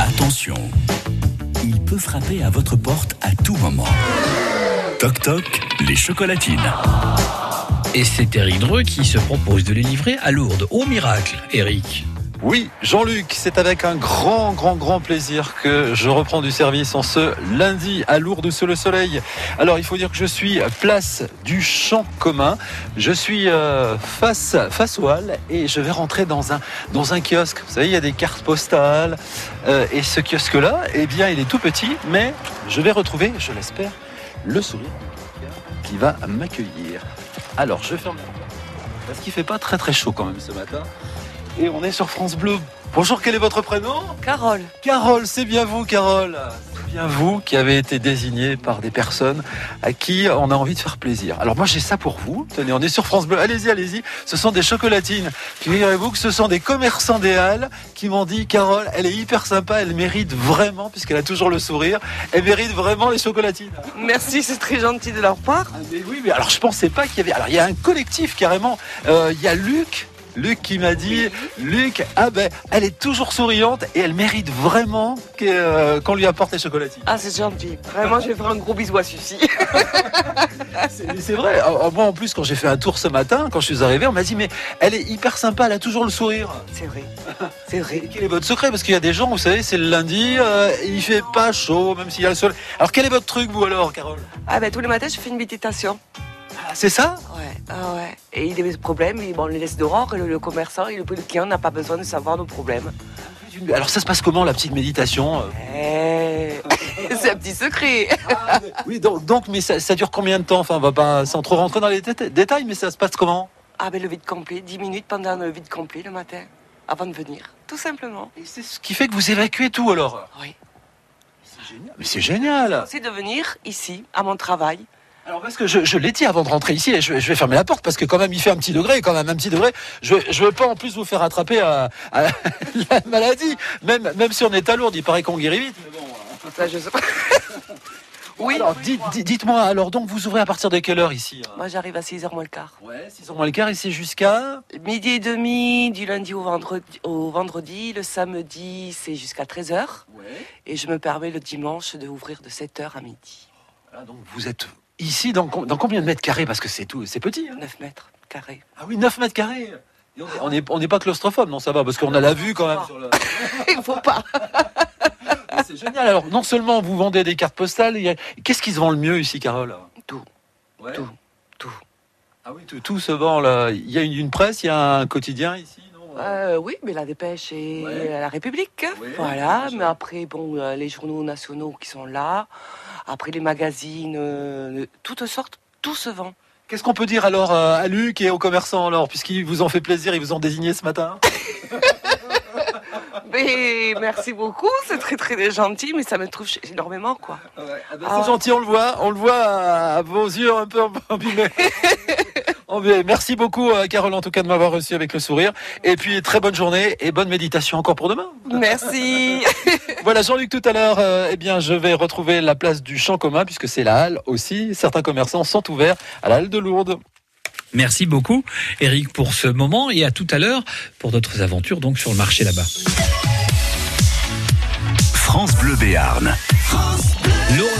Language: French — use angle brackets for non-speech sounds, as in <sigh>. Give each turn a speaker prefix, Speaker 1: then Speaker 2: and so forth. Speaker 1: Attention, il peut frapper à votre porte à tout moment. Toc toc, les chocolatines.
Speaker 2: Et c'est Eric Dreux qui se propose de les livrer à Lourdes. Au miracle, Eric.
Speaker 3: Oui, Jean-Luc, c'est avec un grand, grand, grand plaisir que je reprends du service en ce lundi à Lourdes sous le soleil. Alors, il faut dire que je suis place du Champ commun. Je suis euh, face, face aux Halles et je vais rentrer dans un, dans un kiosque. Vous savez, il y a des cartes postales. euh, et ce kiosque-là, eh bien, il est tout petit, mais je vais retrouver, je l'espère, le sourire de quelqu'un qui va m'accueillir. Alors, je ferme la porte parce qu'il fait pas très, très chaud quand même ce matin. Et on est sur France Bleu. Bonjour, quel est votre prénom
Speaker 4: Carole,
Speaker 3: Carole, c'est bien vous, Carole. C'est bien vous qui avez été désignée par des personnes à qui on a envie de faire plaisir. Alors moi, j'ai ça pour vous. Tenez, on est sur France Bleu. Allez-y, allez-y. Ce sont des chocolatines. Figurez-vous que ce sont des commerçants des Halles qui m'ont dit, Carole, elle est hyper sympa, elle mérite vraiment, puisqu'elle a toujours le sourire, elle mérite vraiment les chocolatines.
Speaker 4: merci, c'est très gentil de leur part.
Speaker 3: Ah, mais oui, mais alors je pensais pas qu'il y avait. Alors il y a un collectif carrément. Euh, Il y a Luc. Luc qui m'a dit, Luc, ah ben, elle est toujours souriante et elle mérite vraiment que, euh, qu'on lui apporte les chocolatines.
Speaker 4: Ah, c'est gentil. Vraiment, je vais faire un gros bisou à Suzy.
Speaker 3: C'est mais c'est vrai. Ah, Moi, en plus, quand j'ai fait un tour ce matin, quand je suis arrivé, on m'a dit, mais elle est hyper sympa, elle a toujours le sourire.
Speaker 4: <laughs> C'est vrai, c'est vrai.
Speaker 3: Quel est votre secret Parce qu'il y a des gens, vous savez, c'est le lundi, euh, il fait pas chaud, même s'il y a le soleil. Alors, quel est votre truc, vous alors, Carole
Speaker 4: Ah ben, tous les matins, je fais une méditation.
Speaker 3: Ah, C'est ça
Speaker 4: Ouais, ah ouais. Et il y a des problèmes, et bon, on les laisse dehors, et le, le commerçant, et le, le client n'a pas besoin de savoir nos problèmes.
Speaker 3: Alors, ça se passe comment, la petite méditation euh
Speaker 4: Eh, <laughs> c'est un petit secret.
Speaker 3: Ah, mais- oui, donc, donc, mais ça, ça dure combien de temps Enfin, on va pas sans trop rentrer dans les déta- détails, mais ça se passe comment
Speaker 4: Ah ben, le vide complet, 10 minutes pendant le vide complet le matin, avant de venir, tout simplement.
Speaker 3: Et C'est ce qui fait que vous évacuez tout alors
Speaker 4: Oui.
Speaker 3: C'est génial. Mais c'est génial
Speaker 4: C'est de venir ici, à mon travail.
Speaker 3: Alors parce que je, je l'ai dit avant de rentrer ici, et je, je vais fermer la porte parce que quand même il fait un petit degré, quand même un petit degré. Je je veux pas en plus vous faire attraper à, à <laughs> la maladie, même même si on est à Lourdes, il paraît qu'on guérit vite.
Speaker 4: Ça, je sais pas. Oui,
Speaker 3: Alors dites- dites- dites-moi, alors donc vous ouvrez à partir de quelle heure ici hein
Speaker 4: moi, j'arrive à 6h moins le quart.
Speaker 3: Ouais, 6h moins le quart ici jusqu'à
Speaker 4: Midi et demi du lundi au vendredi, au vendredi. le samedi c'est jusqu'à 13h et je me permets le dimanche de ouvrir de 7h à midi.
Speaker 3: Voilà, donc vous êtes ici dans, com- dans combien de mètres carrés parce que c'est tout, c'est petit. hein
Speaker 4: 9 mètres carrés.
Speaker 3: Ah oui, 9 mètres carrés Et on- On n'est on n'est pas claustrophobe, non, ça va, parce qu'on a la vue quand même. sur le-
Speaker 4: <laughs>
Speaker 3: Ah,
Speaker 4: Il faut pas.
Speaker 3: C'est génial. Alors, non seulement vous vendez des cartes postales, il y a- qu'est-ce qui se vend le mieux ici, Carole
Speaker 4: Tout.
Speaker 3: Ouais.
Speaker 4: Tout. Tout.
Speaker 3: Ah oui, tout, tout se vend là. Il y a une, une presse, il y a un quotidien ici, non
Speaker 4: Euh, oui, mais la dépêche et
Speaker 3: Ouais.
Speaker 4: la République. hein.
Speaker 3: Ouais, la
Speaker 4: voilà,
Speaker 3: Dépêche,
Speaker 4: mais
Speaker 3: ouais.
Speaker 4: après bon euh, les journaux nationaux qui sont là, après les magazines, euh, de toutes sortes, tout se vend.
Speaker 3: Qu'est-ce qu'on peut dire alors euh, à Luc et aux commerçants, alors, puisqu'ils vous ont fait plaisir, ils vous ont désigné ce matin
Speaker 4: Mais merci beaucoup, c'est très très gentil, mais ça me touche énormément quoi.
Speaker 3: C'est
Speaker 4: Ah.
Speaker 3: gentil, on le voit, on le voit à, à vos yeux un peu abîmés. Embêmés. Merci beaucoup, euh, Carole, en tout cas, de m'avoir reçu avec le sourire. Et puis, très bonne journée et bonne méditation encore pour demain.
Speaker 4: Merci.
Speaker 3: Voilà, Jean-Luc, tout à l'heure, euh, eh bien, je vais retrouver la place du champ commun, puisque c'est la halle aussi. Certains commerçants sont ouverts à la halle de Lourdes.
Speaker 2: Merci beaucoup, Eric, pour ce moment et à tout à l'heure pour d'autres aventures donc sur le marché là-bas.
Speaker 1: France Bleu Béarn.
Speaker 2: Lourdes